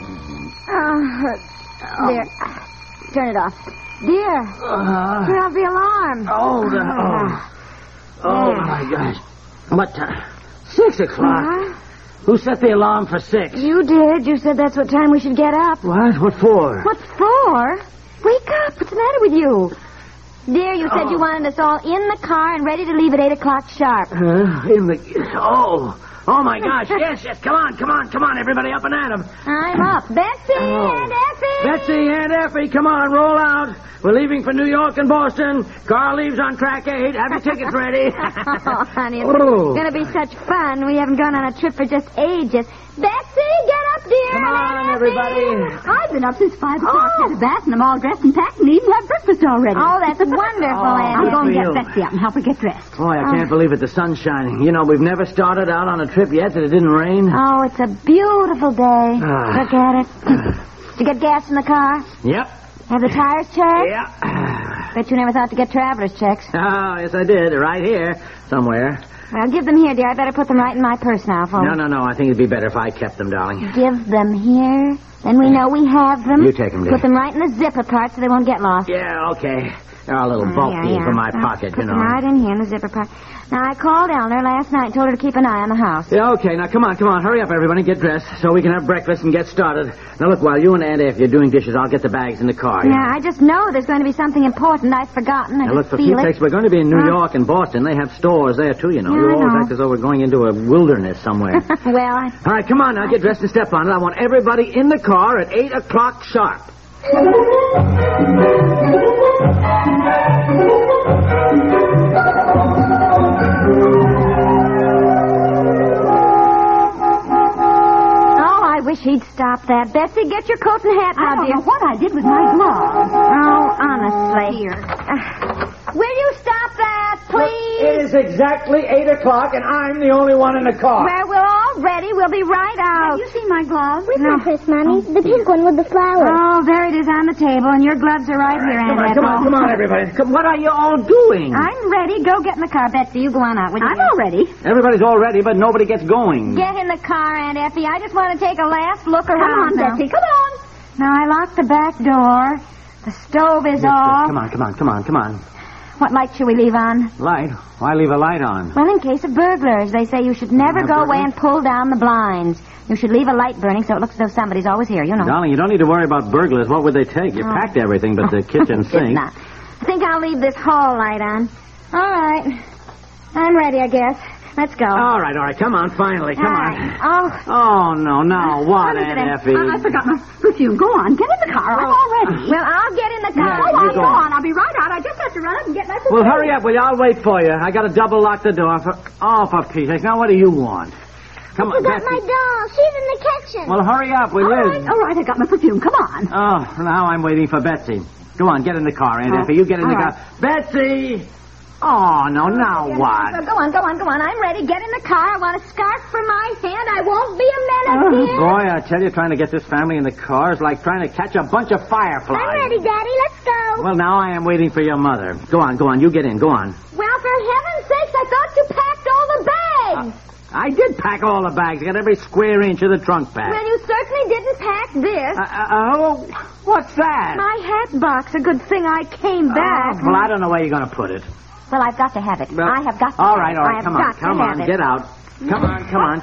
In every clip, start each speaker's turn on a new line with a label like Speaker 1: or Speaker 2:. Speaker 1: Oh, dear. um, Turn it off. Dear, turn
Speaker 2: Ah.
Speaker 1: off the alarm.
Speaker 2: Oh, the, oh. oh my gosh. What time? Six o'clock.
Speaker 1: Huh?
Speaker 2: Who set the alarm for six?
Speaker 1: You did. You said that's what time we should get up.
Speaker 2: What? What for?
Speaker 1: What for? Wake up. What's the matter with you? Dear, you said
Speaker 2: Oh.
Speaker 1: you wanted us all in the car and ready to leave at 8 o'clock sharp.
Speaker 2: Huh? Uh, in the. Oh. Oh my gosh. Yes, yes. Come on, come on, come on, everybody up and at 'em.
Speaker 1: I'm up. Betsy
Speaker 2: Oh.
Speaker 1: and Effie!
Speaker 2: Betsy and Effie, come on, roll out. We're leaving for New York and Boston. Car leaves on track eight. Have your tickets ready.
Speaker 1: Oh, honey, it's
Speaker 2: Oh.
Speaker 1: going to be such fun. We haven't gone on a trip for just ages. Betsy, get up, dear.
Speaker 2: Come on,
Speaker 1: Effie.
Speaker 2: everybody. Oh.
Speaker 3: I've been up since five o'clock, had a bath, and I'm all dressed and packed, and even had breakfast already.
Speaker 1: Oh, that's wonderful,
Speaker 2: Oh,
Speaker 1: Effie.
Speaker 3: I'll go and
Speaker 2: Bill.
Speaker 3: get Betsy up and help her get dressed.
Speaker 2: Boy,
Speaker 1: Oh.
Speaker 2: I can't believe it. The sun's shining. You know, we've never started out on a trip yet that it didn't rain.
Speaker 1: Oh, it's a beautiful day.
Speaker 2: Ah.
Speaker 1: Look at it. Did you get gas in the car?
Speaker 2: Yep.
Speaker 1: Have the tires checked?
Speaker 2: Yep.
Speaker 1: Bet you never thought to get traveler's checks.
Speaker 2: Oh, yes, I did. Right here, somewhere.
Speaker 1: Well, give them here, dear. I better put them right in my purse now for
Speaker 2: No,
Speaker 1: me.
Speaker 2: no, no. I think it'd be better if I kept them, darling.
Speaker 1: Give them here. Then we know we have them.
Speaker 2: You take 'em, dear.
Speaker 1: Put them right in the zipper part so they won't get lost.
Speaker 2: Yeah, okay. They're a little
Speaker 1: Yeah,
Speaker 2: bulky
Speaker 1: Oh, yeah.
Speaker 2: for my
Speaker 1: Well,
Speaker 2: pocket,
Speaker 1: put
Speaker 2: you know.
Speaker 1: them right in here in the zipper part. Now, I called Eleanor last night and told her to keep an eye on the house.
Speaker 2: Yeah, okay. Now, come on, come on. Hurry up, everybody. Get dressed so we can have breakfast and get started. Now, look, while you and Aunt Effie are doing dishes, I'll get the bags in the car. you know.
Speaker 1: Now, I just know there's going to be something important I've forgotten.
Speaker 2: Now,
Speaker 1: I just
Speaker 2: look, for
Speaker 1: feel
Speaker 2: Pete's
Speaker 1: it.
Speaker 2: sake, we're going to be in New
Speaker 1: Huh?
Speaker 2: York and Boston. They have stores there, too, you know.
Speaker 1: Yeah,
Speaker 2: you
Speaker 1: I
Speaker 2: always
Speaker 1: know.
Speaker 2: act as though we're going into a wilderness somewhere.
Speaker 1: well, I
Speaker 2: All right, come on now. Get dressed and step on it. I want everybody in the car at 8 o'clock sharp.
Speaker 1: Oh, I wish he'd stop that. Betsy, get your coat and hat
Speaker 3: I
Speaker 1: now,
Speaker 3: don't
Speaker 1: dear.
Speaker 3: know what I did with my gloves.
Speaker 1: Oh, honestly.
Speaker 3: Dear.
Speaker 1: Uh, will you stop that,
Speaker 2: It
Speaker 1: please?
Speaker 2: is exactly 8 o'clock, and I'm the only one in the car.
Speaker 1: Well, we're all ready. We'll be right out.
Speaker 3: Have you seen my gloves?
Speaker 1: No.
Speaker 4: Mommy, the pink one with the flower.
Speaker 1: Oh, there it is on the table, and your gloves are right here,
Speaker 2: Come on,
Speaker 1: Aunt
Speaker 2: come on,
Speaker 1: Ethel.
Speaker 2: come on, everybody. Come, what are you all doing?
Speaker 1: I'm ready. Go get in the car, Betsy. You go on out, will you?
Speaker 3: I'm all ready.
Speaker 2: Everybody's all ready, but nobody gets going.
Speaker 1: Get in the car, Aunt Effie. I just want to take a last look
Speaker 3: Come
Speaker 1: around.
Speaker 3: on,
Speaker 1: now.
Speaker 3: Betsy, come on.
Speaker 1: Now, I locked the back door. The stove is
Speaker 2: Yes, yes,
Speaker 1: off.
Speaker 2: Come on, come on, come on, come on.
Speaker 1: What light should we leave on?
Speaker 2: Light. Why leave a light on?
Speaker 1: Well, in case of burglars, they say you should never
Speaker 2: Yeah,
Speaker 1: go away
Speaker 2: burglars.
Speaker 1: and pull down the blinds. You should leave a light burning so it looks as though somebody's always here, you know.
Speaker 2: Darling, you don't need to worry about burglars. What would they take? You packed everything but the kitchen
Speaker 1: Did
Speaker 2: sink.
Speaker 1: not. I think I'll leave this hall light on. All right. I'm ready, I guess. Let's go.
Speaker 2: All right, all right. Come on, finally. Come
Speaker 1: All
Speaker 2: on.
Speaker 1: right. Oh,
Speaker 2: Oh, no, now what,
Speaker 1: What is it,
Speaker 2: Aunt
Speaker 1: Aunt-
Speaker 2: Effie?
Speaker 3: I, I forgot my perfume. Go on, get in the car. I'm all ready.
Speaker 1: well, I'll get in the
Speaker 2: Yeah,
Speaker 1: car.
Speaker 2: you
Speaker 3: go on,
Speaker 2: go
Speaker 3: go
Speaker 2: on.
Speaker 3: on. I'll be right out. I just have to run up and get my perfume.
Speaker 2: Well, hurry up, will you? I'll wait for you. I got to double lock the door. For... Oh, for Pete's sake. Now, what do you want? Come on,
Speaker 4: Got
Speaker 2: Betsy.
Speaker 4: my doll. She's in the kitchen.
Speaker 2: Well, hurry up, will
Speaker 3: All
Speaker 2: you?
Speaker 3: right, all right, I got my perfume. Come on.
Speaker 2: Oh, now I'm waiting for Betsy. Go on, get in the car, Aunt
Speaker 3: Oh,
Speaker 2: Effie. You get in the
Speaker 3: all
Speaker 2: car. Betsy! Oh, no, now
Speaker 1: Well,
Speaker 2: what?
Speaker 1: go on, go on, go on. I'm ready. Get in the car. I want a scarf for my hand. I won't be
Speaker 2: Oh,
Speaker 1: a minute, dear.
Speaker 2: Boy, I tell you, trying to get this family in the car is like trying to catch a bunch of fireflies.
Speaker 4: I'm ready, Daddy. Let's go.
Speaker 2: Well, now I am waiting for your mother. Go on, go on. You get in. Go on.
Speaker 1: Well, for heaven's sakes, I thought you packed all the bags.
Speaker 2: I did pack all the bags. I got every square inch of the trunk
Speaker 1: well,
Speaker 2: packed.
Speaker 1: you certainly didn't pack this.
Speaker 2: Uh, uh, oh, what's that?
Speaker 1: my hat box. A good thing I came back.
Speaker 2: Oh, Well, I don't know where you're going to put it.
Speaker 1: Well, I've got to have it. I have got to
Speaker 2: All
Speaker 1: have
Speaker 2: right,
Speaker 1: it.
Speaker 2: all
Speaker 1: I
Speaker 2: right.
Speaker 1: have
Speaker 2: Come on,
Speaker 1: got to
Speaker 2: come
Speaker 1: have
Speaker 2: on.
Speaker 1: it.
Speaker 2: Get out. Come on, come on.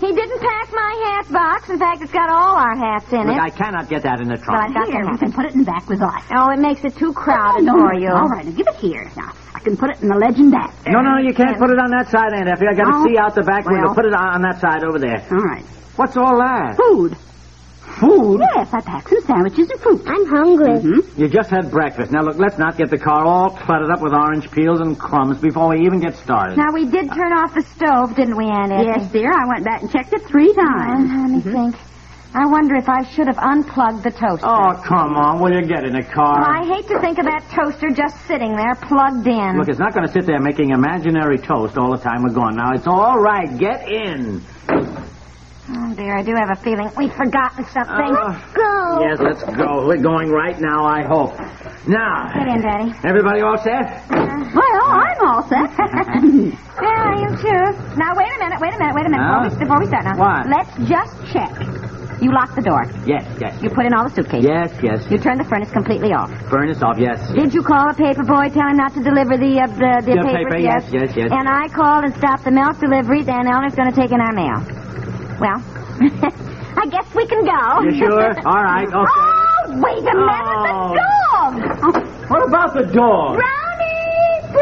Speaker 1: He didn't pack my hat box. In fact, it's got all our hats in
Speaker 2: Look,
Speaker 1: it.
Speaker 2: I cannot get that in the
Speaker 1: Well, I've
Speaker 2: trunk.
Speaker 1: got
Speaker 3: Here,
Speaker 1: to
Speaker 3: you
Speaker 1: have
Speaker 3: can
Speaker 1: it.
Speaker 3: put it in back with us.
Speaker 1: Oh, it makes it too crowded
Speaker 2: Oh,
Speaker 3: No,
Speaker 1: for
Speaker 3: no,
Speaker 1: you.
Speaker 3: All right, now give it here. Now, I can put it in the ledge and back.
Speaker 2: No, no, you can't put it on that side, Aunt Effie. I got to
Speaker 3: Oh.
Speaker 2: see out the back window.
Speaker 3: Well.
Speaker 2: Put it on on that side over there.
Speaker 3: All right.
Speaker 2: What's all that?
Speaker 3: Food.
Speaker 2: Food?
Speaker 3: Yes, I packed some sandwiches and fruit. Mm-hmm.
Speaker 4: I'm hungry.
Speaker 2: You just had breakfast. Now, look, let's not get the car all cluttered up with orange peels and crumbs before we even get started.
Speaker 1: Now, we did turn off the stove, didn't we, Aunt Effie?
Speaker 3: Yes, dear. I went back and checked it three
Speaker 4: Oh,
Speaker 1: Uh,
Speaker 2: Mm-hmm.
Speaker 1: let
Speaker 3: times.
Speaker 1: me think. I wonder if I should have unplugged the toaster.
Speaker 2: Oh, come on. Will you get in the
Speaker 1: Well,
Speaker 2: car?
Speaker 1: I hate to think of that toaster just sitting there plugged in.
Speaker 2: Look, it's not going to sit there making imaginary toast all the time we're gone. Now, it's all right. Get in.
Speaker 1: Oh, dear, I do have a feeling we've forgotten something.
Speaker 2: Uh,
Speaker 4: Go.
Speaker 2: Yes, let's go. We're going right now, I hope.
Speaker 1: Get
Speaker 2: Now,
Speaker 1: in, Daddy.
Speaker 2: everybody all set?
Speaker 3: Well, I'm all set.
Speaker 1: Yeah, you too. Now, wait a minute, wait a minute, wait a minute.
Speaker 2: Huh?
Speaker 1: Before, we, before we start now,
Speaker 2: What?
Speaker 1: let's just check. You lock the door.
Speaker 2: Yes, yes.
Speaker 1: You put in all the suitcases.
Speaker 2: Yes, yes.
Speaker 1: You turn the furnace completely off.
Speaker 2: Furnace off, yes.
Speaker 1: Did you call a paper boy, tell him not to deliver the uh, the, the
Speaker 2: Yeah,
Speaker 1: papers?
Speaker 2: paper, yes, yes, yes.
Speaker 1: And I called and stopped the milk deliveries, and Eleanor's going to take in our mail. Well, I guess we can go.
Speaker 2: You sure? All right, okay.
Speaker 1: Oh, wait a minute, the Oh.
Speaker 2: Oh.
Speaker 1: dog!
Speaker 2: What about the dog?
Speaker 1: Brownie,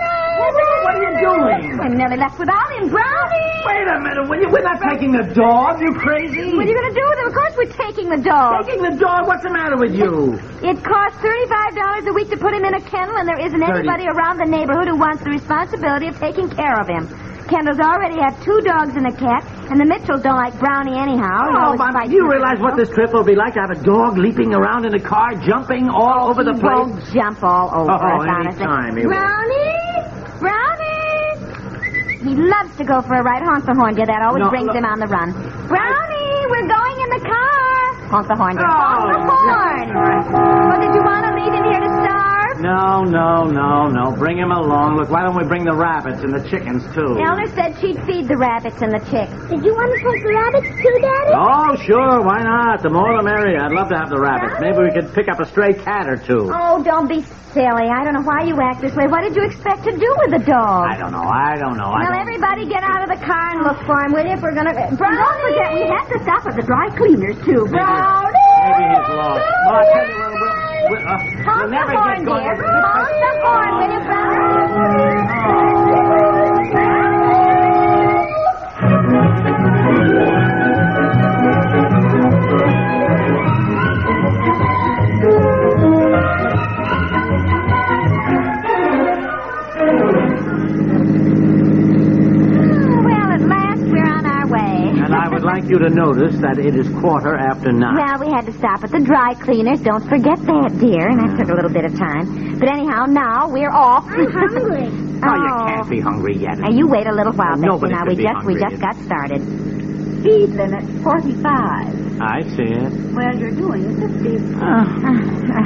Speaker 1: brownie!
Speaker 2: What are you doing?
Speaker 1: We nearly left without him, brownie.
Speaker 2: Wait a minute, will you? We're not taking the dog. You crazy?
Speaker 1: What are you going to do with him? Of course, we're taking the dog.
Speaker 2: Taking the dog? What's the matter with you?
Speaker 1: It costs thirty-five dollars a week to put him in a kennel, and there isn't
Speaker 2: Thirty.
Speaker 1: anybody around the neighborhood who wants the responsibility of taking care of him. Kendall's already have two dogs and a cat, and the Mitchells don't like Brownie anyhow. He
Speaker 2: Oh,
Speaker 1: always
Speaker 2: Bob,
Speaker 1: fights
Speaker 2: do you
Speaker 1: with
Speaker 2: realize what
Speaker 1: Mitchell.
Speaker 2: this trip will be like? To have a dog leaping around in a car, jumping all over the
Speaker 1: He
Speaker 2: place?
Speaker 1: won't jump all over
Speaker 2: Oh,
Speaker 1: us, honestly.
Speaker 2: anytime he will.
Speaker 1: Brownie, Brownie. He loves to go for a ride. Honk the horn, dear. That always
Speaker 2: No,
Speaker 1: brings
Speaker 2: look-
Speaker 1: him on the run. Brownie, we're going in the car. Honk
Speaker 2: Oh,
Speaker 1: the horn, dear. Honk the horn. Well, did you want to leave him here to starve?
Speaker 2: No, no, no, no. Bring him along. Look, why don't we bring the rabbits and the chickens, too?
Speaker 1: Elder said she'd feed the rabbits and the chicks.
Speaker 4: Did you want to take the rabbits too, Daddy?
Speaker 2: Oh, sure, why not? The more the merrier. I'd love to have the rabbits. Maybe we could pick up a stray cat or two.
Speaker 1: Oh, don't be silly. I don't know why you act this way. What did you expect to do with the
Speaker 2: I
Speaker 1: dog?
Speaker 2: don't know. I don't know. I
Speaker 1: Well,
Speaker 2: don't...
Speaker 1: everybody get out of the car and look for him, will you? If we're going to...
Speaker 3: And don't forget, we have to stop at the dry cleaners, too.
Speaker 2: Maybe he's lost. Well, I'll tell you what, we'll, we'll, uh,
Speaker 1: Honk
Speaker 2: we'll never
Speaker 1: the horn,
Speaker 2: get going.
Speaker 1: dear. Honk the horn, will you, Brownie? Well, at last we're on our way.
Speaker 2: And I would like you to notice that it is quarter after nine.
Speaker 1: Well, we had to stop at the dry cleaners. Don't forget that, dear. And that took a little bit of time. But anyhow, now we're off.
Speaker 4: I'm hungry.
Speaker 2: oh, you can't be hungry yet.
Speaker 1: Now you wait a little while,
Speaker 2: Well, nobody
Speaker 1: Betsy. Now
Speaker 2: could
Speaker 1: we
Speaker 2: be
Speaker 1: just we
Speaker 2: hungry.
Speaker 1: just got started.
Speaker 3: Speed limit 45.
Speaker 2: I see it.
Speaker 3: Well, you're doing 50.
Speaker 1: Oh, uh,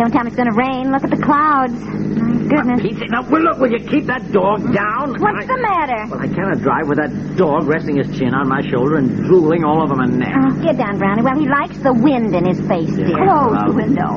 Speaker 1: Don't tell me it's going to rain. Look at the clouds. My goodness.
Speaker 2: He said, now, well, look, will you keep that dog down?
Speaker 1: What's
Speaker 2: I-
Speaker 1: the matter?
Speaker 2: Well, I cannot drive with that dog resting his chin on my shoulder and drooling all over my neck.
Speaker 1: Oh, get down, Brownie. Well, he likes the wind in his face,
Speaker 2: Yeah.
Speaker 1: dear.
Speaker 3: Close
Speaker 2: Well,
Speaker 3: the window.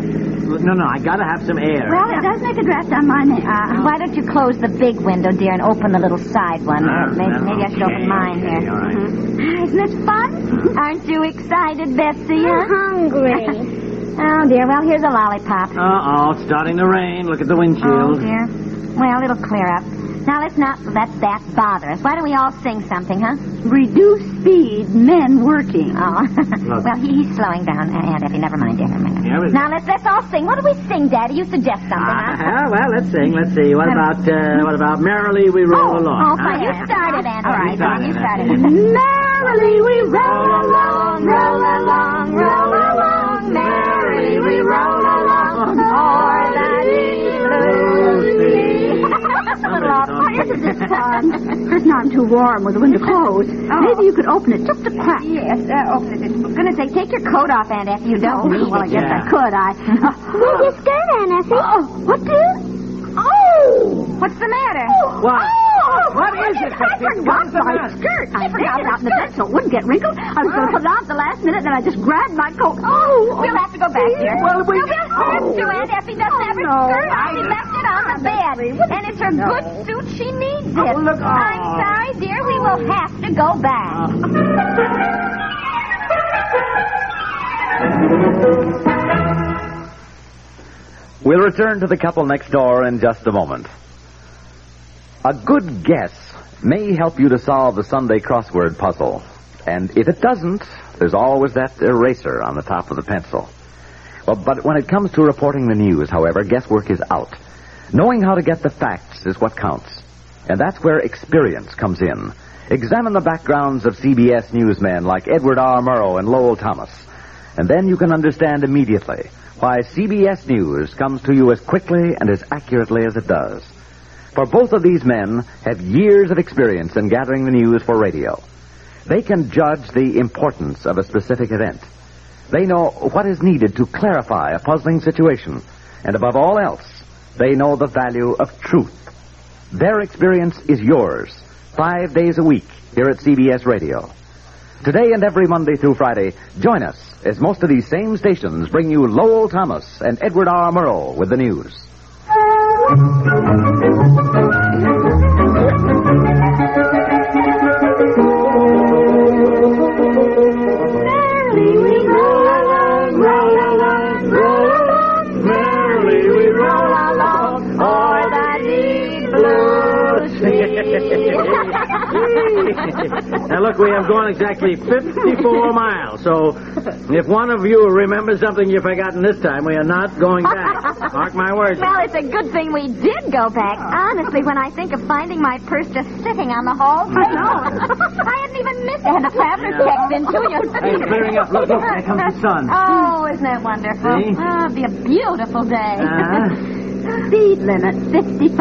Speaker 2: No, no, I gotta have some air.
Speaker 3: Well, it does make a draft on my neck.
Speaker 4: Uh-huh.
Speaker 1: Uh, why don't you close the big window, dear, and open the little side one?
Speaker 2: Ah,
Speaker 1: maybe,
Speaker 2: well,
Speaker 1: maybe I should open
Speaker 2: okay,
Speaker 1: mine
Speaker 2: okay, Uh-huh.
Speaker 1: here.
Speaker 2: all right.
Speaker 1: Mhm. Isn't it fun? Aren't you excited, Betsy?
Speaker 4: I'm
Speaker 1: huh?
Speaker 4: hungry.
Speaker 1: Oh, dear. Well, here's a lollipop.
Speaker 2: Uh-oh, it's starting to rain. Look at the
Speaker 1: Oh,
Speaker 2: windshield.
Speaker 1: dear. Well, it'll clear up. Now, let's not let that bother us. Why don't we all sing something, huh?
Speaker 3: Reduce speed, men working.
Speaker 1: Oh.
Speaker 2: Look.
Speaker 1: well, he, he's slowing down. Uh, Aunt Effie, never mind, dear. Never mind.
Speaker 2: Yeah, but-
Speaker 1: Now, let's, let's all sing. What do we sing, Daddy? You suggest something, huh?
Speaker 2: Ah, well, let's sing. Let's see. What about uh, what about merrily we roll
Speaker 1: Oh,
Speaker 2: along? Ah,
Speaker 1: fine.
Speaker 2: huh?
Speaker 1: You started, Aunt
Speaker 2: All right,
Speaker 1: Effie.
Speaker 2: fine,
Speaker 1: You
Speaker 2: Aunt
Speaker 1: started.
Speaker 2: Effie.
Speaker 1: Merrily we roll along, roll along, roll along. Merrily we roll along o'er the blue sea. That's a little off.
Speaker 2: Somebody's
Speaker 1: This is fun.
Speaker 3: It's not too warm with the window closed.
Speaker 1: Oh.
Speaker 3: Maybe you could open it just a crack.
Speaker 1: Yes, uh, open it. I'm going to say, take your coat off, Aunt Effie. You don't need
Speaker 3: well, I
Speaker 1: it.
Speaker 3: guess
Speaker 2: Yeah.
Speaker 3: I could. I.
Speaker 4: Where's your skirt, Aunt Effie?
Speaker 3: oh, what did?
Speaker 4: Oh!
Speaker 1: What's the matter?
Speaker 2: What?
Speaker 4: Oh!
Speaker 2: What is it,
Speaker 3: I
Speaker 2: Betsy? What
Speaker 3: forgot
Speaker 2: is the
Speaker 3: my
Speaker 2: matter?
Speaker 3: skirt. I forgot about the bed so it wouldn't get wrinkled. I was going to put it on at the last minute, and I just grabbed my coat. Oh,
Speaker 1: We'll have to go back here.
Speaker 3: Well, we-
Speaker 1: No, we'll have
Speaker 3: Oh.
Speaker 1: to, Aunt Effie doesn't have her
Speaker 3: no.
Speaker 1: skirt on.
Speaker 3: I
Speaker 1: She
Speaker 3: just-
Speaker 1: left it on the bed. And it's her good suit. She needs it.
Speaker 2: Oh, look.
Speaker 1: I'm
Speaker 2: Oh.
Speaker 1: sorry, dear. We will have to go back.
Speaker 5: We'll return to the couple next door in just a moment. A good guess may help you to solve the Sunday crossword puzzle. And if it doesn't, there's always that eraser on the top of the pencil. Well, but when it comes to reporting the news, however, guesswork is out. Knowing how to get the facts is what counts. And that's where experience comes in.
Speaker 2: Examine the backgrounds of CBS newsmen like Edward R. Murrow and Lowell Thomas, and then you can understand immediately why CBS News comes to you as quickly and as accurately as it does. For both of these men have years of experience in gathering the news for radio. They can judge the importance of a specific event. They know what is needed to clarify a puzzling situation, and above all else, they know the value of truth. Their experience is yours, five days a week here at CBS Radio. Today and every Monday through Friday, join us as most of these same stations bring you Lowell Thomas and Edward R. Murrow with the news.
Speaker 6: Merrily we roll along, roll along, roll along. Merrily we roll along o'er that deep
Speaker 3: Uh.
Speaker 6: blue sea.
Speaker 4: Now, look, we have gone exactly 54 miles, so if one of you remembers something you've forgotten this time, we are not going back. Mark my words.
Speaker 1: Well, it's a good thing we did go back. Honestly, when I think of finding my purse just sitting on the hall floor, I hadn't even missed it. And the traveler's
Speaker 4: Yeah.
Speaker 1: checked in, too. You
Speaker 4: Hey, it's clearing up. Look, look, there comes the sun.
Speaker 1: Oh, isn't that wonderful?
Speaker 4: See?
Speaker 1: Oh, it'll be a beautiful day.
Speaker 4: Uh-huh.
Speaker 1: Uh, Speed limit 55.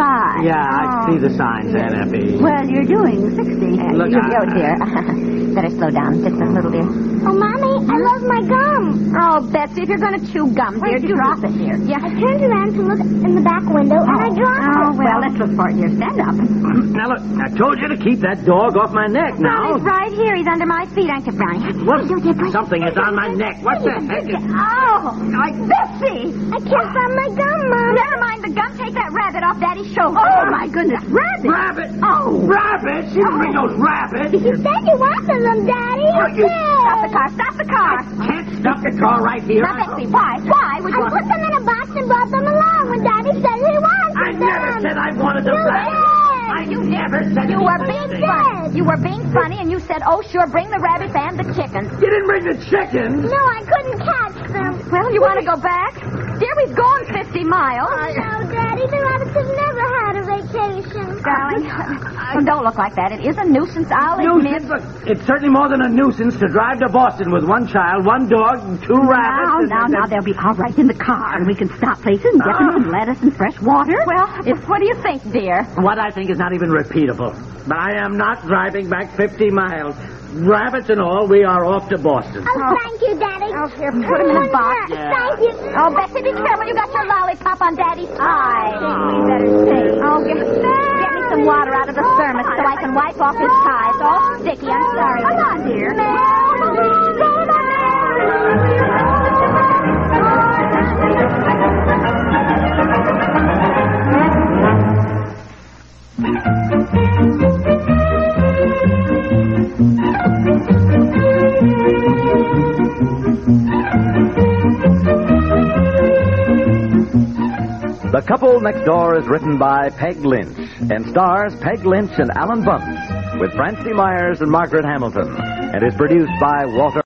Speaker 4: Yeah, I
Speaker 1: Oh.
Speaker 4: see the signs, Aunt Effie.
Speaker 1: Well, you're doing 60. Uh,
Speaker 4: Look,
Speaker 1: you,
Speaker 4: I-
Speaker 1: oh, dear. Better slow down just a little, dear.
Speaker 3: Oh, Mommy, I love my gum.
Speaker 1: Oh, Betsy, if you're going to chew gum, dear,
Speaker 3: Where'd you
Speaker 1: do drop it, dear.
Speaker 3: I turned around to look in the back window, and I dropped
Speaker 1: Oh,
Speaker 3: it.
Speaker 1: well, let's look for it, dear. Stand up.
Speaker 4: Now, look, I told you to keep that dog off my neck now.
Speaker 2: Oh.
Speaker 1: Brownie's right here. He's under my feet, aren't you, Brownie?
Speaker 4: What? Something is on my neck. What the heck is...
Speaker 1: Oh, I... Betsy!
Speaker 3: I can't find my gum, Mom.
Speaker 1: Never mind the gum. Take that rabbit off Daddy's shoulder. Oh, my goodness. Rabbit!
Speaker 4: Rabbit!
Speaker 1: Oh.
Speaker 4: Rabbit! You bring those rabbits!
Speaker 3: You said you wanted them, Daddy.
Speaker 4: you-
Speaker 1: Stop the car. Stop the car.
Speaker 4: Can't stop the car right here.
Speaker 1: Now, Betsy, why? Why would
Speaker 3: I
Speaker 1: you...
Speaker 3: put them in a box and brought them along when Daddy said he wanted
Speaker 4: I
Speaker 3: them.
Speaker 4: never said I wanted them back. I never said
Speaker 1: You
Speaker 4: it.
Speaker 1: were being funny. You were being funny, and you said, "Oh, sure, bring the rabbits and the chickens."
Speaker 4: You didn't bring the chickens.
Speaker 3: No, I couldn't catch them.
Speaker 1: Well, you want to go back, dear? We've gone fifty miles,
Speaker 3: No, Oh, Daddy, the rabbits have never had a vacation.
Speaker 1: darling. Oh, don't look like that. It is a nuisance. I'll
Speaker 4: Nuisance.
Speaker 1: admit.
Speaker 4: Look, it's certainly more than a nuisance to drive to Boston with one child, one dog, and two
Speaker 1: Now,
Speaker 4: rabbits.
Speaker 1: now, now, they'll be all right in the car, and we can stop places and get them some lettuce and fresh water. Well, what do you think, dear?
Speaker 4: What I think is not even repeatable. But I am not driving back 50 miles. Rabbits and all, we are off to Boston.
Speaker 3: Oh, thank you, Daddy.
Speaker 1: Oh, here, put 'em in a box.
Speaker 3: Yeah. Thank you.
Speaker 1: Oh, Betsy, be careful. You got your lollipop on Daddy's eye.
Speaker 3: Oh,
Speaker 1: We better stay. Oh, get, get me some water out of the thermos so I can wipe off his tie. It's all sticky. I'm sorry. Come on, dear.
Speaker 2: The Couple Next Door is written by Peg Lynch and stars Peg Lynch and Alan Bunce with Francie Myers and Margaret Hamilton and is produced by Walter.